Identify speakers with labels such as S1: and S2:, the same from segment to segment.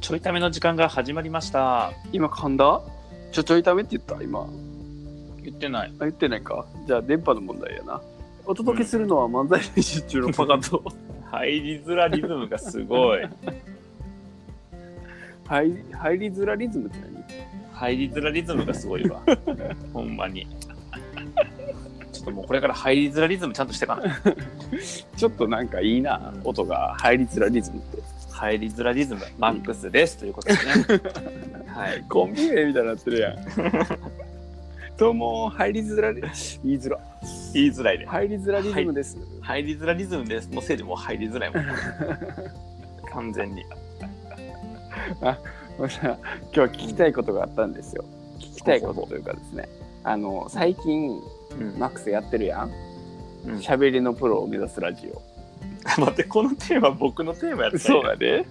S1: ちょいための時間が始まりました。
S2: 今噛んだちょちょいためって言った今あ
S1: 言ってない。
S2: 言ってないかじゃあ電波の問題やなお届けするのは漫才練 習中のパカと
S1: 入りづらリズムがすごい。
S2: 入り入りづらリズムって何
S1: 入りづらリズムがすごい わ。ほんまに。ちょっともうこれから入りづらリズムちゃんとしてかな。
S2: ちょっとなんかいいな音が入りづらリズムって
S1: 入りづらリズムマックスです、ということ でね。はい。
S2: コンビ名みたいになってるやんどうも入りづらり言いづら
S1: 言いづらいで。
S2: 入りづらリズムです、
S1: 入りづらリズムです。のせいでもう入りづらいもん。 完全に。
S2: もうさ今日は聞きたいことがあったんですよ聞きたいことというかですねあの最近
S1: うん
S2: マックスやってるやん
S1: うん待
S2: 喋りのプロを目指すラジオ
S1: って、このテーマ僕のテーマやったんや
S2: だね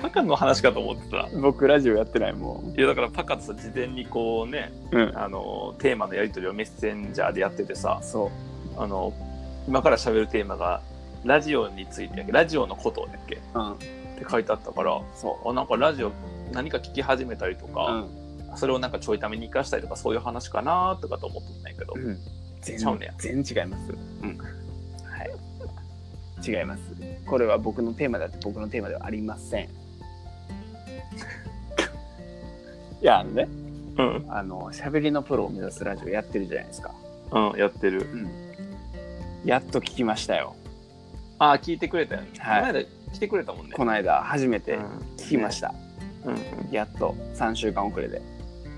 S1: パカの話かと思ってた。
S2: 僕ラジオやってないもん
S1: いやだからパカとさ事前にこうね、
S2: うん
S1: あのテーマのやり取りをメッセンジャーでやっててさ
S2: そう
S1: あの今から喋るテーマがラジオについてやっけラジオのことだっけっ
S2: うん
S1: て書いてあったから
S2: そ
S1: あなんかラジオ何か聞き始めたりと
S2: う、う
S1: か、
S2: ん
S1: それをなんかちょいために生かしたりとかそういう話かなとかと思ってないけど、
S2: うん、全
S1: ちゃうね
S2: 全然違いますうんはい違いますこれは僕のテーマだって僕のテーマではありま せんいやあのね
S1: うん、
S2: あの喋りのプロを目指すラジオやってるじゃないですか
S1: うん、やってる
S2: やっと聞きましたよ
S1: ああ聞いてくれたよね、
S2: はい
S1: この間来てくれたもんね
S2: この間初め
S1: う
S2: て
S1: ん
S2: 聞きました、
S1: うん
S2: やっと3週間遅れで、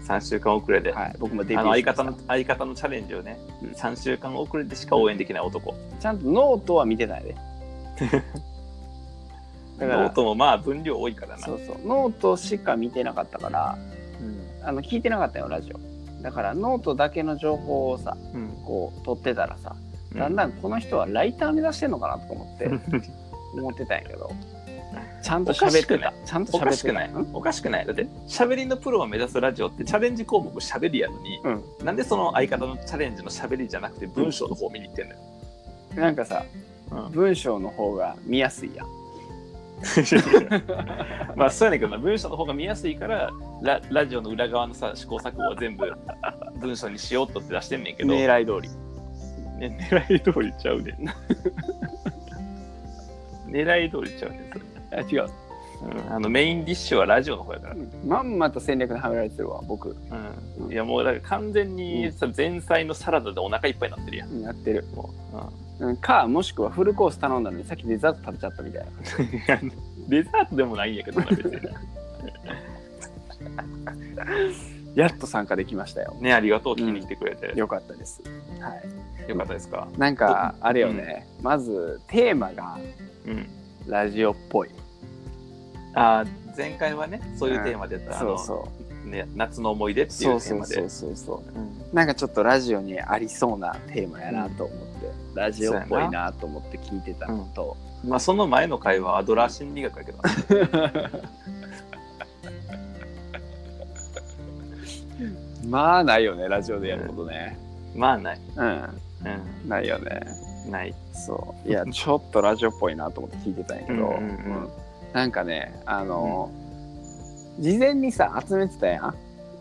S1: 3週間遅れで、
S2: はい、僕もデビュ
S1: あ
S2: ー
S1: の
S2: し
S1: 相
S2: ました
S1: 方の相方のチャレンジをね、
S2: うん
S1: 3週間遅れてしか応援できない男
S2: ちゃんとノートは見てな いでだから
S1: ノートもまあ分量多いからな
S2: そうそうノートしか見てなかったから
S1: うん
S2: あの聞いてなかったよラジオだからノートだけの情報をさ
S1: うん
S2: こう取ってたらさだんだんこの人はライター目指してんのかなとか思って、 思ってたんやけどちゃんと喋ってたちゃんと
S1: お
S2: 喋
S1: か
S2: っ
S1: してく
S2: た
S1: ない
S2: ん
S1: おかしくないだって喋りのプロを目指すラジオってチャレンジ項目喋りやのに
S2: うん
S1: なんでその相方のチャレンジの喋りじゃなくて文章の方を見に行ってんの よ、
S2: なんかさ
S1: うん
S2: 文章の方が見やすいやん
S1: まあそうやねんけどな文章の方が見やすいからララジオの裏側のさ試行錯誤を全部文章にしようとって出してんねんけど、
S2: 狙い通り
S1: ね、狙い通りちゃうで 狙い通りちゃうねそれ、
S2: あ違う
S1: うん、あのメインディッシュはラジオの方やから
S2: まんまと戦略にはめられてるわ僕
S1: うんいやもうだから完全にさ前菜のサラダでお腹いっぱいになってるやん。
S2: やってる
S1: も
S2: うんかもしくはフルコース頼んだのにさっきデザート食べちゃったみたいな
S1: ううん、 デザートでもないんやけどな別に。
S2: やっと参加できましたよ
S1: ねありがとう聞きに来てくれて、
S2: よかったですはい
S1: よかったですか。
S2: なんかあれよね、まずテーマが
S1: うん、
S2: ラジオっぽい
S1: あー前回はねそういうテーマでやった、あの
S2: そう
S1: ね、夏の思い出ってい
S2: そうう
S1: テー
S2: そう
S1: マで。
S2: そうそうそう
S1: うん
S2: なんかちょっとラジオにありそうなテーマやなと思って、ラジオっぽいなと思って聞いてたのと、
S1: まあその前の回はアドラー心理学やけど
S2: まあないよねラジオでやることね
S1: まあない、
S2: うん、
S1: う
S2: ないよね
S1: ん、ない。
S2: そういやちょっとラジオっぽいなと思って聞いてたんやけど、
S1: うんうんうん
S2: うんなんかねあのー事前にさ集めてたやん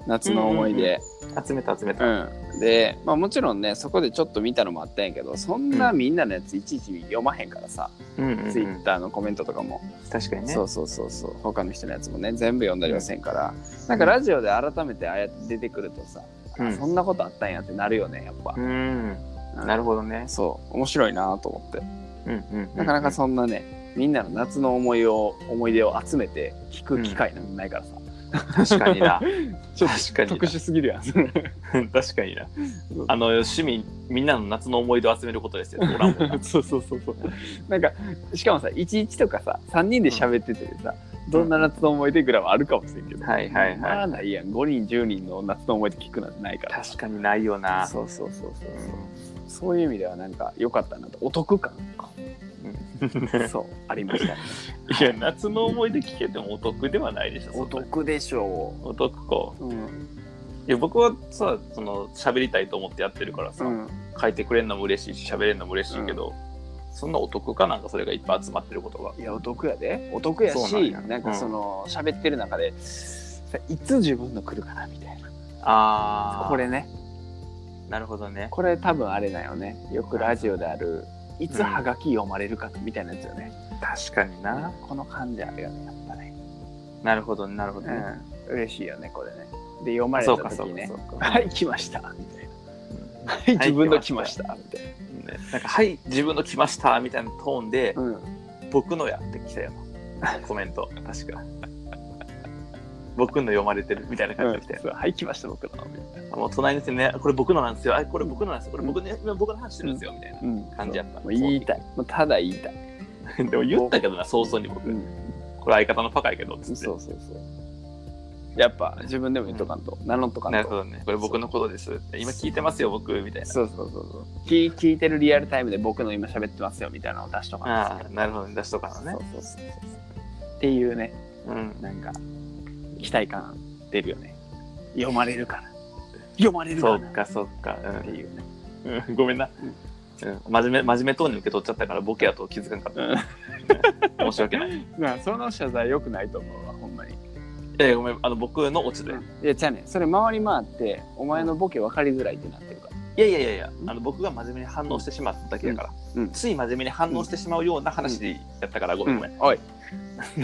S2: 夏の思い出、
S1: 集めた集め
S2: う
S1: た。
S2: んで、まあ、もちろんねそこでちょっと見たのもあったんやけどそんなみんなのやついちいち読まへんからさ、
S1: うんうんうん
S2: ツイッターのコメントとかも、
S1: 確かにね。
S2: そうそうそうそう他の人のやつもね全部読んだりはせんから、なんかラジオで改めてああやって出てくるとさ、
S1: うん
S2: あそんなことあったんやってなるよねやっぱ
S1: う、ん
S2: うん
S1: なるほどね。
S2: そう面白いなと思って。
S1: うんうんうん
S2: なかなかそんなね、みんなの夏の思いを思い出を集めて聞く機会なんてないからさ、
S1: 確かに な。
S2: ちょっ
S1: 確かに
S2: と
S1: な
S2: 特殊すぎるやん。
S1: 確かにな。あの趣味みんなの夏の思い出を集めることですよ。おらんもんな
S2: そうそうそうそう。なんかしかもさ、11とかさ、3人で喋っててさ、どんな夏の思い出ぐらいはあるかもしれんけど、
S1: はいはいはい
S2: まあないやん、5人10人の夏の思い出聞くなんてないから。
S1: 確かにないよな。
S2: そうそうそうそう
S1: う
S2: そう。
S1: ん
S2: そういう意味ではなんか良かったなと、お得感。そう、ありました、ね。
S1: いや夏の思い出聞けてもお得ではないでしょ。そんな
S2: 得でしょ
S1: お得か。
S2: う。うん、
S1: いや僕はさその喋りたいと思ってやってるからさ、
S2: うん、
S1: 書いてくれるのも嬉しいし喋れるのも嬉しいけど、そんなお得かなんかそれがいっぱい集まってることが
S2: いやお得やでお得やし
S1: そうなんや
S2: なんかその喋、ってる中でさいつ自分の来るかなみたいな
S1: あ
S2: これね
S1: なるほどね
S2: これ多分あれだよねよくラジオであるいつハガキ読まれるかみたいなやつよね、
S1: 確かにな
S2: この感じあるよねやっぱね
S1: なるほどねなるほどね、
S2: うん嬉しいよねこれねで読まれ
S1: そ
S2: た
S1: うかそ
S2: 時
S1: うか
S2: ね
S1: そう
S2: 「
S1: か、
S2: はい来ました」みたいな
S1: うん
S2: 「はい自分の来ました」みたい
S1: ねなんか「はい自分の来ました」みたいなトーンで
S2: な、うん、
S1: 「僕のや」って来たよなコメント確か僕の読まれてるみたいな感じで来
S2: うん
S1: たよ、
S2: そうはい来ました僕の」みたいな、
S1: もう隣の人にね「これ僕のなんですよあこれ僕のなんですよこれ僕,、ね今僕の話してるんですよ」みたいな
S2: うん、
S1: 感じやった
S2: もう言いたいもうただ言いたい、
S1: でも言ったけどな 早々に僕、
S2: うん、
S1: これ相方のパカやけどっつって
S2: そうそうそうやっぱ自分でも言っとかんと、名乗っとかんと
S1: なるほどねこれ僕のことです今聞いてますよ僕みたいな
S2: そうそうそうそう聞聞いてるリアルタイムで僕の今喋ってますよみたいなのを出しとか
S1: あ
S2: な
S1: あなるほどね出しとか
S2: そう
S1: なね
S2: そうそうそうっていうね
S1: うん
S2: なんか期待感出るよね読まれるから読まれるか
S1: そ
S2: ら
S1: うかそうか、
S2: っていうね
S1: うんうん、 ごめんな、うん、真面目真面目トーンに受け取っちゃったからボケやと気づかんかっ
S2: うん
S1: た申し訳ないい
S2: まあその謝罪良くないと思うわほんまに
S1: やいやごめんあの僕のオチで、
S2: いやじゃあねそれ回り回ってお前のボケ分かりづらいってなってるから
S1: いやいやいやいやあの僕が真面目に反応してしまっただけだから、
S2: うんうん
S1: つい真面目に反応してしまうような話やったからごめんごめん、
S2: おい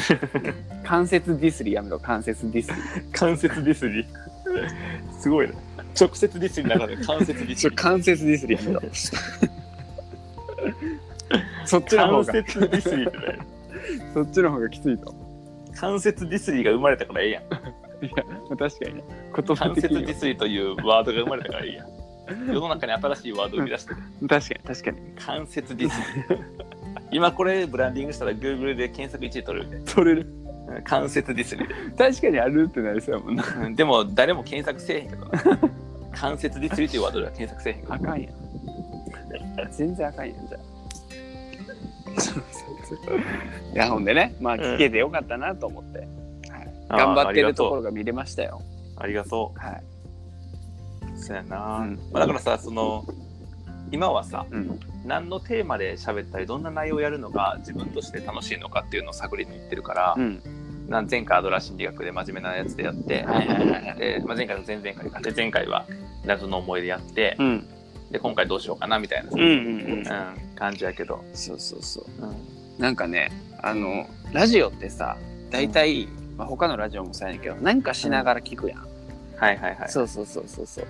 S2: 関節ディスリやめろ関節ディスリ
S1: 間接ディスリすごいね直接ディスリならぬ間接ディ
S2: ち
S1: ス
S2: ょ
S1: リ
S2: 関節ディスリやめろそっちの方
S1: 間
S2: が
S1: 接ディスリってね
S2: そっちの方がきついと
S1: 間接ディスリが生まれたからええやん
S2: いや確かにね言葉
S1: 間
S2: 的
S1: 接デ
S2: に
S1: ィスリというワードが生まれたからええやん世の中に新しいワードを生み出してる
S2: は確かに確かに
S1: 間接ディスリ今これブランディングしたら Google で検索1位取れるんで
S2: 取れる
S1: うん間接ディスリで
S2: 確かにあるってなりそうやもんな
S1: うんでも誰も検索せえへんけどな間接ディスリというワードでは検索せえへんけど
S2: あかんやん全然あかんやんじゃ あいやほんでねまあ聞けてよかったなと思って、
S1: あー
S2: 頑張って
S1: ありが
S2: る
S1: と
S2: と
S1: う
S2: ころが見れましたよ
S1: ありがと
S2: はい、
S1: うそうやな、
S2: うん
S1: まあ、だからさその今はさ
S2: うん、
S1: 何のテーマで喋ったりどんな内容をやるのが自分として楽しいのかっていうのを探りに行ってるから、
S2: うん
S1: なん前回アドラー心理学で真面目なやつでやって、
S2: はいはいはいはい
S1: でまあ、前回と前々回かで前回は謎の思い出やって
S2: う、ん
S1: で今回どうしようかなみたいな、
S2: うんう
S1: う
S2: ん
S1: ん感じやけど、
S2: そうそうそう
S1: うん
S2: なんかねあのラジオってさ大体、まあ、他のラジオもそうやねんけどなんかしながら聞くやん、
S1: はいはいはい
S2: そうそうそうそうそう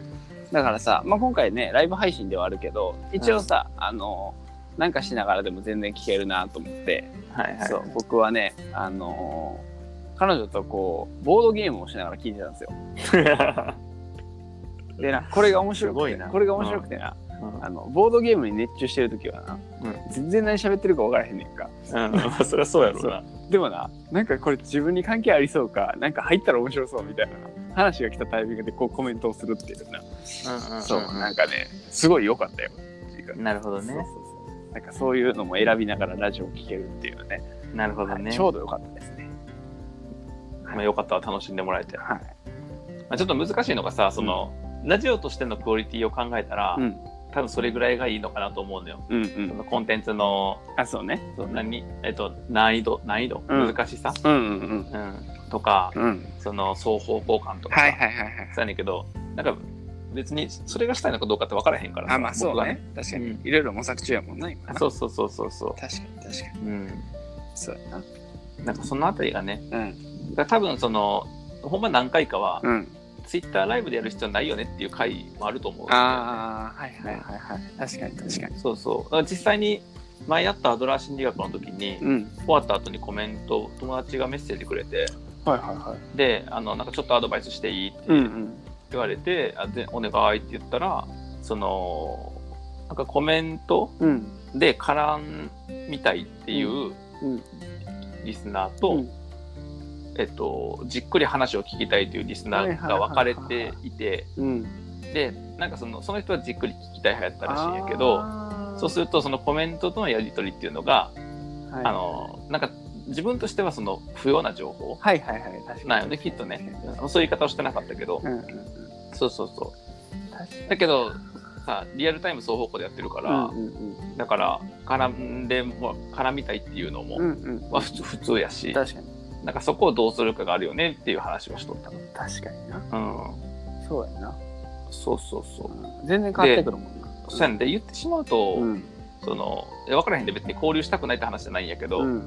S2: だからさ、まあ、今回ねライブ配信ではあるけど一応さ、あのなんかしながらでも全然聞けるなと思って、
S1: はいはい
S2: そう僕はねあの彼女とこうボードゲームをしながら聞いてたんですよでなこれが面白
S1: すご
S2: く
S1: い
S2: て
S1: な
S2: これが面白くてな、
S1: うん
S2: あのボードゲームに熱中してる時はな、
S1: うん
S2: 全然何喋ってるか分からへんねんか
S1: うん まあそりゃそうやろうな
S2: でもななんかこれ自分に関係ありそうかなんか入ったら面白そうみたいな話が来たタイミングでこうコメントをするっていうな、
S1: うんうん
S2: そう
S1: うん
S2: なんかねすごい良かったよ
S1: なるほど
S2: そうそう
S1: ね
S2: そうなんかそういうのも選びながらラジオを聴けるっていうのね
S1: なるほどね
S2: ちょうど良かったですね
S1: まあよかったら楽しんでもらえて、ま
S2: はい、
S1: あ、ちょっと難しいのがさその、ラジオとしてのクオリティを考えたら、
S2: うん、
S1: 多分それぐらいがいいのかなと思うのよ
S2: うんう
S1: そ
S2: ん
S1: のコンテンツの
S2: あそうね
S1: その何、えっと、難易度難易度、
S2: うん
S1: 難しさ、
S2: うんうん
S1: うん、とか
S2: うんうん
S1: その双方向感とかさ
S2: はいはいはいはい
S1: そうやねんけどなんか別にそれがしたいのかどうかって分からへんからさ
S2: あまあそう
S1: 僕は
S2: ね確か
S1: う
S2: にいろいろ模索中やもんな今な
S1: あそうそうそうそうそ
S2: 確かに確かに
S1: ううん
S2: そうやな
S1: なんかそのあたりがね
S2: うん
S1: だから多分そのほんま何回かは、
S2: うん
S1: ツイッターライブでやる必要ないよねっていう回もあると思うんで
S2: ああはいはいはいはい確かに確かに
S1: そうそうだから実際に前やったアドラー心理学の時に、
S2: うん
S1: 終わった後にコメント友達がメッセージくれて
S2: はいはいはい
S1: であのなんかちょっとアドバイスしていいって
S2: うんうん
S1: 言われて、あでお願いって言ったらそのなんかコメント
S2: うん
S1: で絡んみたいっていう
S2: うん
S1: リスナーと、
S2: うん
S1: えっと、じっくり話を聞きたいというリスナーが分かれていて
S2: うん
S1: でなんかそのその人はじっくり聞きたい派やったらしいんやけど
S2: ど
S1: そうするとそのコメントとのやり取りっていうのが、
S2: はい
S1: あのなんか自分としてはその不要な情報
S2: はいはいはい確かに
S1: なんよねきっとねそういう言い方をしてなかったけど
S2: うんうんうん
S1: そうそうそう
S2: 確かに
S1: だけどさリアルタイム双方向でやってるか
S2: う
S1: ら、
S2: んうん
S1: だから絡んでも絡みたいっていうのも、
S2: うんうん
S1: まあ、普通普通やし
S2: 確かに
S1: なんかそこをどうするかがあるよねっていう話はしとったの
S2: 確かにな
S1: うん
S2: そうやな、
S1: そうそうそう
S2: うん全然変わってくるもんな
S1: そうやねんで言ってしまうと、
S2: うん
S1: そのいや分からへんで別に交流したくないって話じゃないんやけど、
S2: うん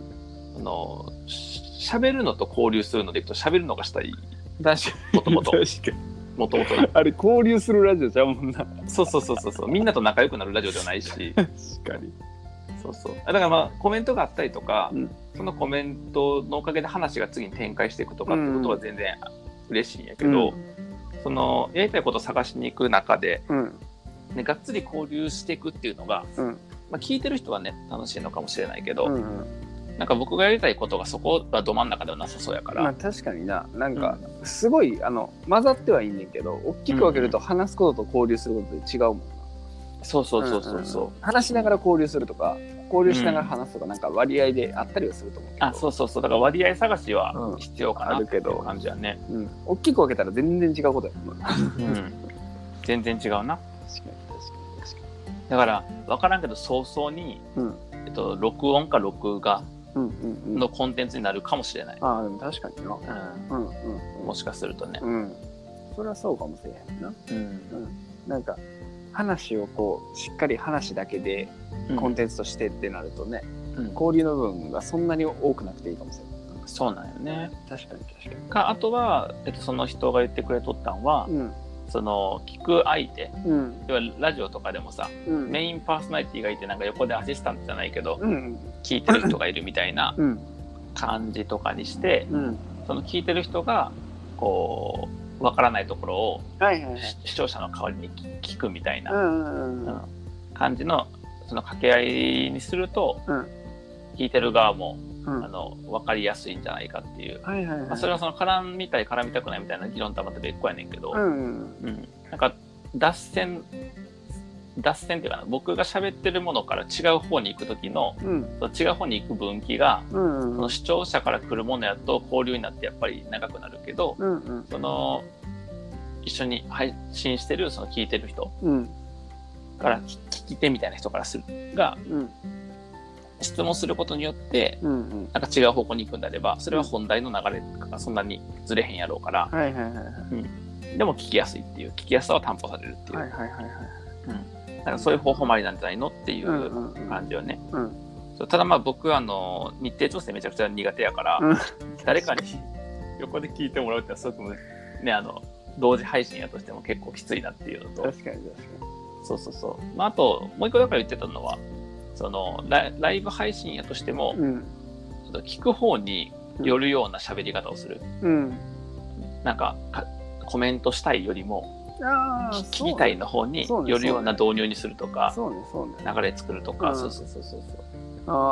S1: あのしゃべるのと交流するのでいくとしゃべるのがしたい
S2: 確か
S1: もと
S2: に
S1: も
S2: 確
S1: と
S2: か
S1: もともと
S2: にあれ交流するラジオちゃうもんな
S1: そうそうそうそうそうみんなと仲良くなるラジオではないし
S2: 確かに
S1: そうそうあだからまあコメントがあったりとか、
S2: うん
S1: そのコメントのおかげで話が次に展開していくとかってことは全然嬉しいんやけど、そのやりたいことを探しに行く中で、
S2: うん
S1: ね、がっつり交流していくっていうのが、
S2: うん
S1: まあ、聞いてる人はね楽しいのかもしれないけ
S2: う
S1: ど、
S2: んうん
S1: なんか僕がやりたいことがそこはど真ん中ではなさそうやから、
S2: まあ確かにななんかすごいあの混ざってはいいねんけど大きく分けると話すことと交流することで違うもんな
S1: そうそうそうそうそう、
S2: んんん話しながら交流するとか交流しながら話すとかなんか割合であったりはすると思うけど
S1: あそうそうそうだから割合探し
S2: う
S1: は
S2: ん
S1: 必要かな
S2: あ
S1: っ
S2: る
S1: てい
S2: けど
S1: う感じや ね、
S2: うん、大きく分けたら全然違うことやもんな確か
S1: うん、全然違うな
S2: に確かに確か
S1: だから分からんけど早々に、
S2: に
S1: えっと、録音か録画
S2: うんうんうんうん
S1: のコンテンツになるかもしれない、
S2: ああでも確かにな
S1: う
S2: うんうん
S1: ん、もしかするとね、
S2: うんそれはそうかもしれへんな
S1: うん
S2: なんか話をこうしっかり話だけでコンテンツとしてってなるとね、
S1: うん
S2: 交流の部分がそんなに多くなくていいかもしれない
S1: そうなんよね
S2: 確かに確かに
S1: かあとは、えっと、その人が言ってくれとったんは、
S2: うん
S1: その聞く相手
S2: うん
S1: 要はラジオとかでもさ
S2: うん
S1: メインパーソナリティがいてなんか横でアシスタントじゃないけど
S2: うん
S1: 聞いてる人がいるみたい な
S2: うん
S1: 感じとかにして
S2: うん
S1: その聞いてる人がこうわからないところを
S2: はいはいはい
S1: し視聴者の代わりに聞聞くみたいうな、
S2: んうんう
S1: うんん感じのその掛け合いにすると、
S2: うん
S1: 聞いてる側も
S2: うん
S1: あの分かりやすいんじゃないかっていう、
S2: はいはい
S1: ま
S2: は
S1: あ、
S2: い
S1: それはその絡みたい絡みたくないみたいな議論とはまた別個やねんけど、
S2: うんうん
S1: うんなんか脱線脱線っていうかな僕が喋ってるものから違う方に行く時の
S2: うん
S1: その違う方に行く分岐が
S2: うん
S1: そ
S2: うん
S1: の視聴者から来るものやと交流になってやっぱり長くなるけど
S2: うんうん
S1: その一緒に配信してるその聞いてる人
S2: うん
S1: から聞聞き手みたいな人からするが
S2: うん
S1: 質問することによって
S2: うんうん
S1: なんか違う方向に行くんであればそれは本題の流れがそんなにずれへんやろうから
S2: はいはいはいはい
S1: でも聞きやすいっていう聞きやすさは担保されるっていう、
S2: はいはいはいはい
S1: なんかそういう方法もありなんじゃないのっていう
S2: うん
S1: う
S2: うんうん
S1: 感じよね。
S2: うん
S1: そうただまあ僕はあの日程調整めちゃくちゃ苦手やから、
S2: うん
S1: 誰かに 横で聞いてもらうってのはすごくねあの同時配信やとしても結構きついなっていうのと
S2: 確かに確か
S1: そうそうそう、まあ、あともう一個だから言ってたのはそのライライブ配信やとしても
S2: に、うん
S1: ちょっと聞く方によるような喋り方をする、
S2: うん
S1: なんかかコメントしたいよりも
S2: ああ
S1: 聞聞きたいの方に
S2: そうね
S1: よるような導入にするとか、
S2: そうねそうね
S1: 流れ作るとか、
S2: うん
S1: そうそうそうそうそう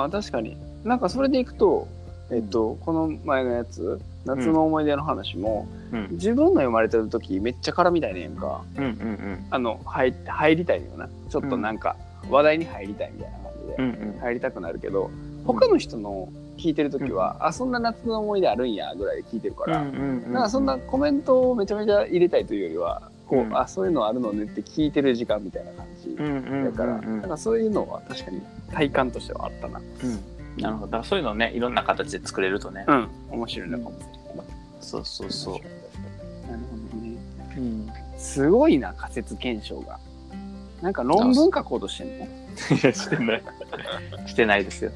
S2: あー確かになんかそれでいくと、えっとこの前のやつ夏の思い出の話も、
S1: うん
S2: 自分が生まれてる時めっちゃ絡みたいねんか
S1: うんうん
S2: あの入入りたいよなちょっとなんか話題に入りたいみたいな感
S1: う
S2: じ
S1: んう
S2: で
S1: んうん
S2: 入りたくなるけど他の人の聞いてる時は、あそんな夏の思い出あるんやぐらいで聞いてるから、
S1: うんうんうん
S2: なんかそんなコメントをめちゃめちゃ入れたいというよりはこう、
S1: うん
S2: あそういうのあるのねって聞いてる時間みたいな感じ、
S1: うんうんうんう
S2: だ
S1: ん
S2: から、なんかそういうのは確かに体感としてはあったな。
S1: うんなるほどだからそういうのをねいろんな形で作れるとね、
S2: うん、面白いのかもしれない。
S1: そうそうそう
S2: 確かに確かになるほどね。
S1: う、ん、
S2: すごいな、仮説検証が。なんか論文書こうとしてんの
S1: いやしてないしてないですよ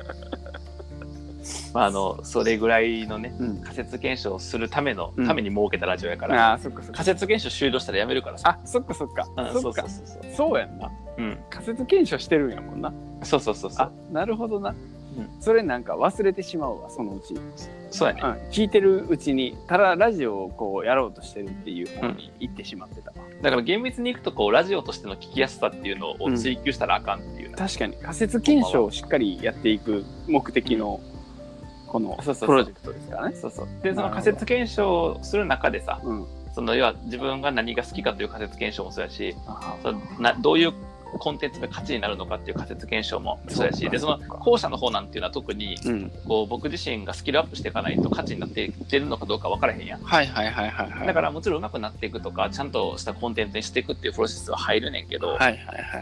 S1: まああのそれぐらいのね
S2: うん。
S1: 仮説検証をするための、
S2: うん
S1: ために設けたラジオやから
S2: ああ、そっかそっか
S1: 仮。説検証終了したらやめるからさ
S2: あ、そっかそっか。
S1: うん
S2: そ
S1: そ
S2: っ
S1: うそ
S2: か
S1: う。そうそう
S2: そうやんな。
S1: うん
S2: 仮説検証してるんやもんな。
S1: そうそうそうそ
S2: あ
S1: う、
S2: なるほどな。
S1: うん
S2: それなんか忘れてしまうわ、そのうち。うん。
S1: そうやね
S2: 聞いてるうちに、ただラジオをこうやろうとしてるっていう方に行ってしまってたわ。
S1: だから厳密にいくとこうラジオとしての聞きやすさっていうのを追求したらあかんっていうな、
S2: 確かに仮説検証をしっかりやっていく目的のこの
S1: そうそうそう
S2: プロジェクトですからね。
S1: そうそうでそ
S2: なるほ
S1: の
S2: ど
S1: 仮説検証をする中でさ
S2: うん。
S1: その要は自分が何が好きかという仮説検証もそうやし
S2: あ
S1: そのなどういうコンテンツが価値になるのかっていう仮説検証もそうや
S2: そう
S1: し
S2: か
S1: でその後者の方なんていうのは特に
S2: うん。
S1: こう僕自身がスキルアップしていかないと価値になっていってるのかどうか分からへんやん
S2: はいはいはいはいはい。
S1: だからもちろん上手くなっていくとかちゃんとしたコンテンツにしていくっていうプロセスは入るねんけど、
S2: はいはいはい。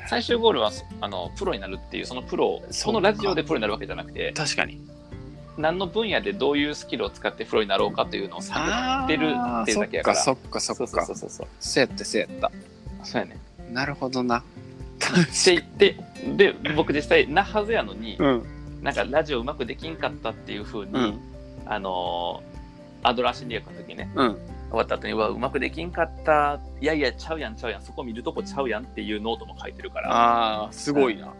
S1: 最終ゴールはそあのプロになるっていうそのプロを
S2: そ
S1: そう
S2: か
S1: のラジオでプロになるわけじゃなくて
S2: 確かに。
S1: 何の分野でどういうスキルを使ってプロになろうかというのを探ってるっていうだけやから
S2: あーそっかそっかそっか。
S1: そうそうそうそう
S2: そうやったそうやった。
S1: そうやね
S2: なるほどな。
S1: って言ってで僕実際なはずやのに、
S2: うん。
S1: なんかラジオうまくできんかったっていうふうに、
S2: うん。
S1: あのーアドラー心理学の時ね
S2: うん。
S1: 終わった後にうわうまくできんかったいやいやちゃうやんちゃうやんそこ見るとこちゃうやんっていうノートも書いてるから
S2: ああ、すごいな。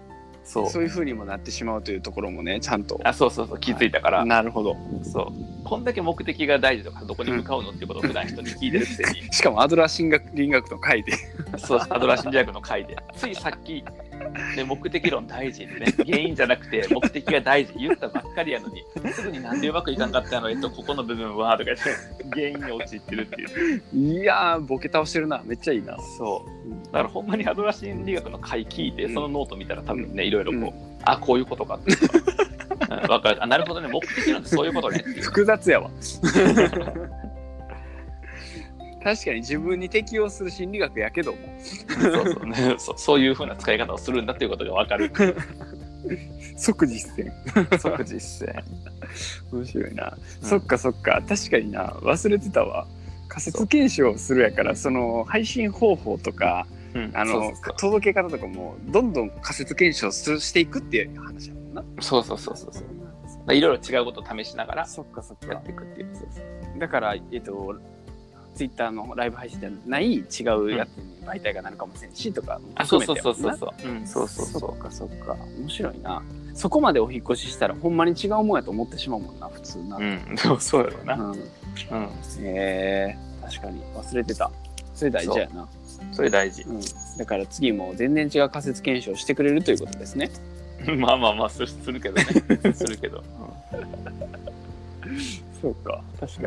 S1: そう
S2: そういう風にもなってしまうというところもね、ちゃんと。
S1: あそうそうそう気づいたから、
S2: なるほど。
S1: そうこんだけ目的が大事とかどこに向かうのっていうことを普段人に聞いてるくせ に
S2: しかもアドラー心学倫学の回で。
S1: そうアドラー心理学の回でついさっき、ね、目的論大事でね原因じゃなくて目的が大事言ったばっかりやのにすぐになんでうまくいかんかったのえっとここの部分はとか言って原因に陥ってるっていう
S2: いやー、ボケ倒してるな。めっちゃいいな。
S1: そうだからほんまにアドラー心理学の回聞いて
S2: うん
S1: そのノート見たら多分ねいろいろ
S2: う、
S1: こうんあこういうことかっていうのがうんわかるあなるほどね目的論ってそういうことねっていう
S2: 複雑 やわ。確かに自分に適応する心理学やけども。
S1: そう そう,、ね、そうそういうふうな使い方をするんだっていうことがわかる
S2: 即実践。
S1: 即実践
S2: 面白いな、
S1: うん
S2: そっかそっか確かにな忘れてたわ仮説検証するやからその配信方法とか
S1: うん
S2: あの届け方とかもどんどん仮説検証するしていくっていう話やもんな
S1: そうそうそうそうそうそういろいろ違うことを試しながら
S2: そっかそっ
S1: や
S2: か
S1: っていくっていうそうそう
S2: だからえっとツイッターのライブ配信じゃない違うやつに媒体がなるかもしれんしとか
S1: あそうそうそうそうそううんそうそうそう
S2: そっかそっか面白いなそこまでお引っ越ししたらほんまに違うもんやと思ってしまうもんな普通な、
S1: うんそうそうやろうな、
S2: う
S1: う
S2: ん
S1: ん、
S2: へえ確かに忘れてたそれ大事やな
S1: それ大事
S2: う、ん、だから次も全然違う仮説検証してくれるということですね
S1: まあまあまあするするけ どねするけど、
S2: そうか確かに、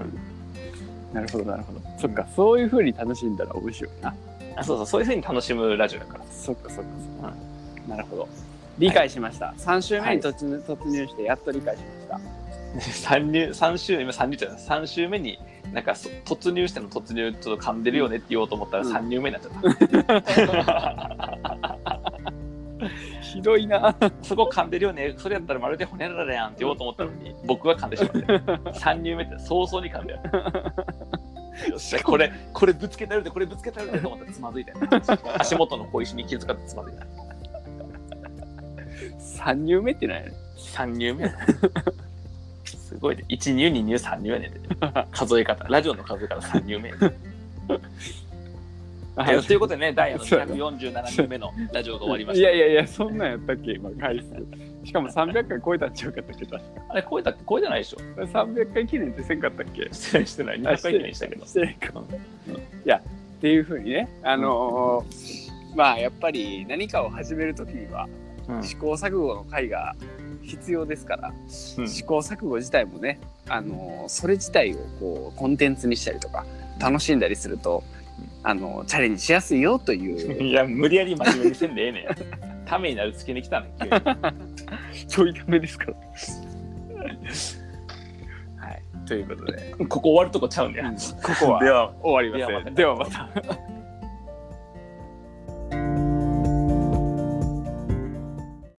S2: なるほどなるほどそっかそういうふうに楽しんだら面白いな
S1: あそうそうそういうふうに楽しむラジオだから
S2: そっかそっかそっか、なるほど理解しました、3週目に突入,、突入してやっと理解しまし
S1: 参入三週今三入じゃない三週目になんかそ突入しての突入ちょっと噛んでるよねって言おうと思ったら
S2: うん
S1: 三入目になっちゃった、
S2: たひどいな
S1: そこ噛んでるよねそれやったらまるでほにゃららやんって言おうと思ったのに僕は噛んでしまっ た三入目って早々に噛んだよよっしゃこれこれぶつけたるでこれぶつけたるでと思ったらつまずいたよ足元の小石に気づかってつまずいた
S2: 3入目ってないね
S1: 三入目やなすごいね一入二入三入やねんて数え方ラジオの数え方三入目やはい、ということでね、第あの
S2: そうやな
S1: 247人目のラジオが終わりま
S2: い
S1: し
S2: や
S1: た。
S2: いやいやそんなんやったっけ今回数しかも300回超えたんちゃうかったっけ確か
S1: あれ、声だって声じゃないでしょ。
S2: 300回記念ってせんかったっけ
S1: 失礼してない。
S2: あ
S1: 200回記念したけど。
S2: してないかっていうふうにねあのーまあやっぱり何かを始める時には
S1: うん
S2: 試行錯誤の回が必要ですから、試行錯誤自体もね、あのーそれ自体をこうコンテンツにしたりとか楽しんだりすると、
S1: うん
S2: あのーチャレンジしやすいよと
S1: うん
S2: いう
S1: いや、無理やり真面目にせんでええねん。ためになるつけに来たねん、急に。は
S2: ちょいためで すから。
S1: い。
S2: ということで、
S1: ここ終わるとこちゃうんだよ。
S2: ここは
S1: では、
S2: 終わり
S1: で
S2: ま
S1: はま
S2: せ
S1: た
S2: ん。ではまた。